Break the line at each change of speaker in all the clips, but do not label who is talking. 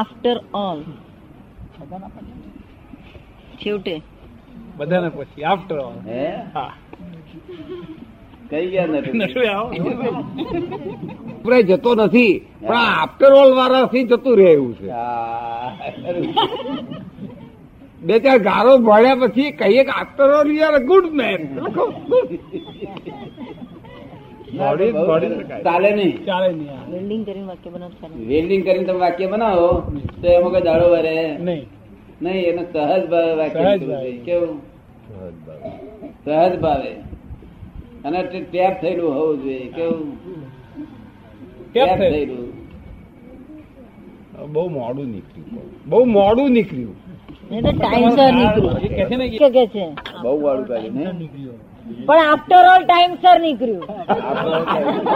After all છેવટે
બધાને પછી આફ્ટર ઓલ
હે
હા
કઈ ગયા નથી
નટવે આવો
ઉપરાય જતો નથી પણ આફ્ટર ઓલ વાળાથી જતું રહે એવું છે બે ચાર ગારો ભળ્યા પછી કહીએ કે after all you good man
Body- body શકાય.
ચાલે નહીં
ચાલે નહીં આ.
વેલ્ડિંગ કરીને વાક્ય બનાવતા નથી.
વેલ્ડિંગ કરીને તમે વાક્ય બનાવો તો એમાં કોઈ દાડો વરે
નહીં
નહીં એનું સહજ ભાવે વાક્ય
સહજ
કરવું
ભાવે.
જોઈએ. કેવું સહજ ભાવે અને તે ટેપ થયેલું હોવું જોઈએ કેવું
કેમ
ટેપ
થાય?
થયેલું
બહુ મોડું નીકળ્યું બહુ મોડું નીકળ્યું
નહીં તો ટાઈમસર નીકળ્યું
એ કહે છે ને કે
કે કે છે
બહુ વાળું કાઢ્યું નહીં
પણ આફ્ટર ઓલ ટાઈમસર નીકળ્યું
આપણે કાઢ્યું.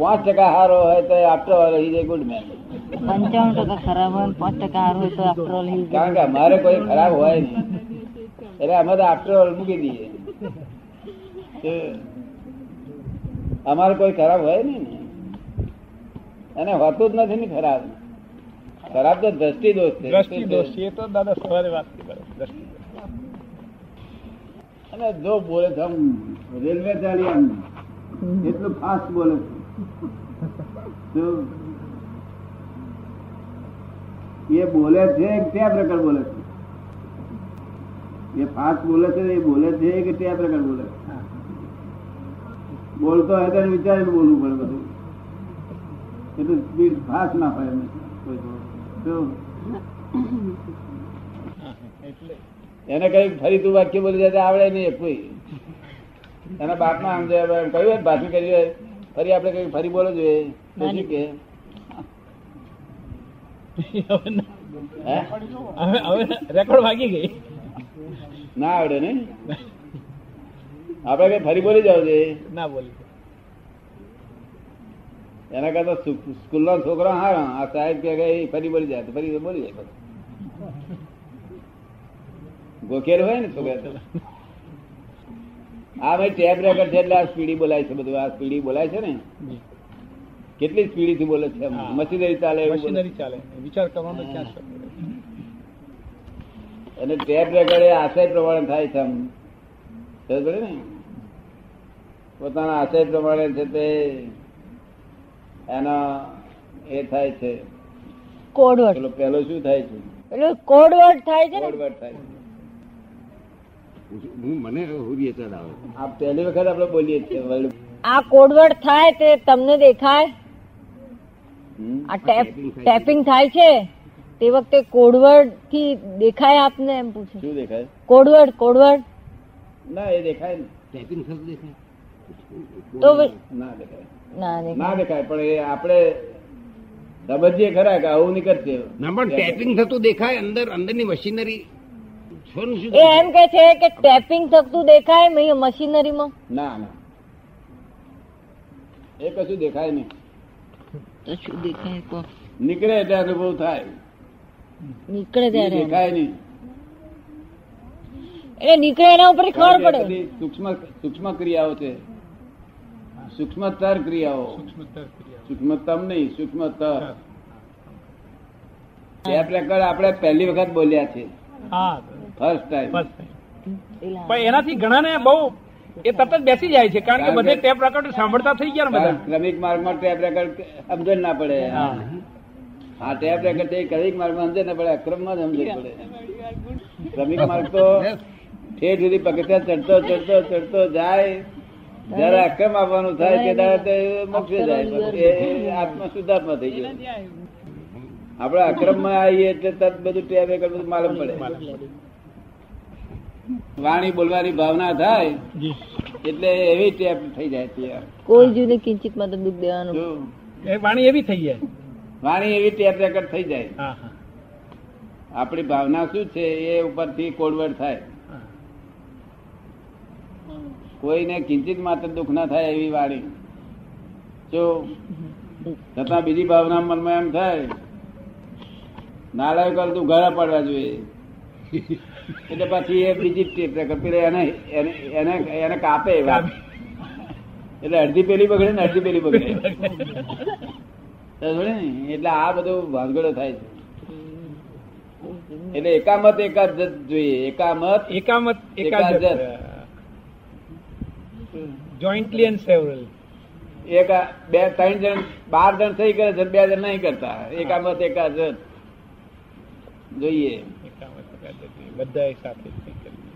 પાંચ ટકા હારો હોય તો આપતો વાળો ઇઝ ગુડ મેન
પંચાવન ટકા ખરાબ હોય પાંચ ટકા સારું હોય તો આફ્ટર ઓલ
કારણ કે અમારે કોઈ ખરાબ હોય નહીં એટલે અમે તો આફ્ટર ઓલ મૂકી દઈએ તો અમારે કોઈ ખરાબ હોય નહીં ને. અને હોતું જ નથી ને ખરાબ ખરાબ તો દ્રષ્ટિ દોષ છે
દ્રષ્ટિ દોષ છે. એ તો દાદા સવારે વાત કરો દ્રષ્ટિ દોષ.
અને જો બોલે તો આમ રેલવે ચાલી આમ એટલું ફાસ્ટ બોલે તો એ બોલે છે કે ત્યાં પ્રકાર બોલે છે એ ફાસ્ટ બોલે છે એ બોલે છે કે ત્યાં પ્રકાર બોલે છે બોલતો હોય તો એને વિચારીને બોલવું પડે બધું એટલું સ્પીડ ફાસ્ટ ના હોય એમને કોઈ જોડે. તો
એટલે
એને કઈ ફરી તું વાક્ય બોલી જાય તો આવડે નહીં એક કોઈ એના બાપના આમ જાય એમ કહ્યું હોય ને ભાષણ કર્યું હોય ફરી આપણે કઈ ફરી બોલો જોઈએ તો શું કે
હવે ના-
હે?
હવે હવે રેકોર્ડ ભાગી ગઈ
ના આવડે ને આપણે કઈ ફરી બોલી જાવ જોઈએ
ના બોલી
એના કરતા સ્કૂ- સ્કૂલનો છોકરો હા આ સાહેબ કે કે એ ફરી બોલી જાય તો ફરી બોલી જાય ગોખેલ હોય ને છોકરા આ ભાઈ ટેપ રેકર્ડ છે એટલે આ સ્પીડી બોલાય છે બધું આ સ્પીડી બોલાય છે ને
જી.
કેટલી સ્પીડી થી બોલે છે
હા.
મશીનરી ચાલે એવું બોલે છે.
મશીનરી ચાલે વિચાર કરવાનો ક્યાં શોખ પડે?
અને ટેપ રેકોર્ડ એ આશય પ્રમાણે થાય છે આમ ખબર પડી ને પોતાના આશય પ્રમાણે છે તે એનો એ થાય છે
કોડવર્ડ
પેલો પહેલો શું થાય છે
એટલે કોડવર્ડ થાય છે ને
વળવડ થાય છે.
હું મને હુરિયત જ આવે
આ પહેલી વખત આપણે બોલીએ છીએ વર્લ્ડ
આ કોડવર્ડ થાય તે તમને દેખાય
હમ?
આ ટેપ ટેપિંગ થાય છે તે વખતે કોડવર્ડ થી દેખાય આપને એમ પૂછે
શું દેખાય
કોડવર્ડ કોડવર્ડ
ના એ દેખાય ને
ટેપિંગ થતું દેખાય
તો વે-
ના દેખાય
ના દેખાય.
ના દેખાય પણ એ આપણે સમજીએ ખરા કે આવું નીકળશે
ના પણ ટેપિંગ થતું દેખાય અંદર અંદરની મશીનરી શું શું
એ એમ કે છે કે ટેપિંગ થતું દેખાય મહી- મશીનરીમાં
ના ના એ કશું દેખાય નહીં
તો શું દેખાય કો
નીકળે એટલે અનુભવ થાય
નીકળે
એ
ત્યારે
દેખાય નહીં
એટલે નીકળે એના ઉપર ખબર
કારણ કે
પડે
બધી સૂક્ષ્મ સૂક્ષ્મ ક્રિયાઓ છે સૂક્ષ્મતર ક્રિયાઓ
સૂક્ષ્મતર ક્રિયા.
સૂક્ષ્મતમ નહીં સૂક્ષ્મતર ટેપ રેકર્ડ આપણે પહેલી વખત બોલ્યા છે
હા
ફર્સ્ટ ટાઈમ
બસ પણ એનાથી ઘણાને બહુ એ તરત જ બેસી જાય છે કારણ કે બધે ટેપ રેકોર્ડ સાંભળતા થઈ ગયા ને બધા
ક્રમિક માર્ગમાં ટેપ રેકર્ડ સમજણ ના પડે
હા.
આ ટેપ રેકર્ડ છે એ ક્રમિક માર્ગમાં સમજે ના પડે અક્રમમાં જ સમજે પડે ક્રમિક માર્ગ તો ઠેઠ સુધી પગથિયા ચડતો ચડતો ચડતો જાય જયારે અક્રમ આવવાનું થાય તે દાડે તો એ મોક્ષે જાય પણ એ આત્મા શુદ્ધાત્મા થઈ ગયો આપણે અક્રમ માં આવીએ એટલે તરત બધું ટેપ રેકર્ડ બધું માલમ પડે વાણી બોલવાની ભાવના થાય
જી.
એટલે એવી ટેપ થઈ જાય છે
કોઈ જીવને કિંચિત માત્ર દુઃખ દેવાનું
જો
એ વાણી એવી થઈ જાય
વાણી એવી ટેપ રેકર્ડ થઈ જાય
હા હા
આપણી ભાવના શું છે એ ઉપરથી કોડવડ થાય
હા.
કોઈને કિંચિત માત્ર દુઃખ ના થાય એવી વાણી જો છતાં બીજી ભાવના મનમાં એમ થાય નાળાએ કર તું ઘરે પડવા જોઈએ એટલે પછી એ બીજી ટેપ રેકર્ડ પેલે એને એને એને એને કાપે એ વાત એટલે અડધી પેલી બગડે ને અડધી પેલી બગડે સમજ્યો ને? એટલે આ બધું ભાંગડો થાય છે એટલે એકામત એકાદ જોઈએ એકામત
એકામત એકાદ
એકાદ.
જોઈન્ટલી એન્ડ સેવરલ
એક આ- બે ત્રણ જણ બાર જણ થઈ કરે છે બે જણ નહીં કરતા એકામત એકાદ જોઈએ
એકામત એકાદ બધા સાથે જ થઈ ગયું.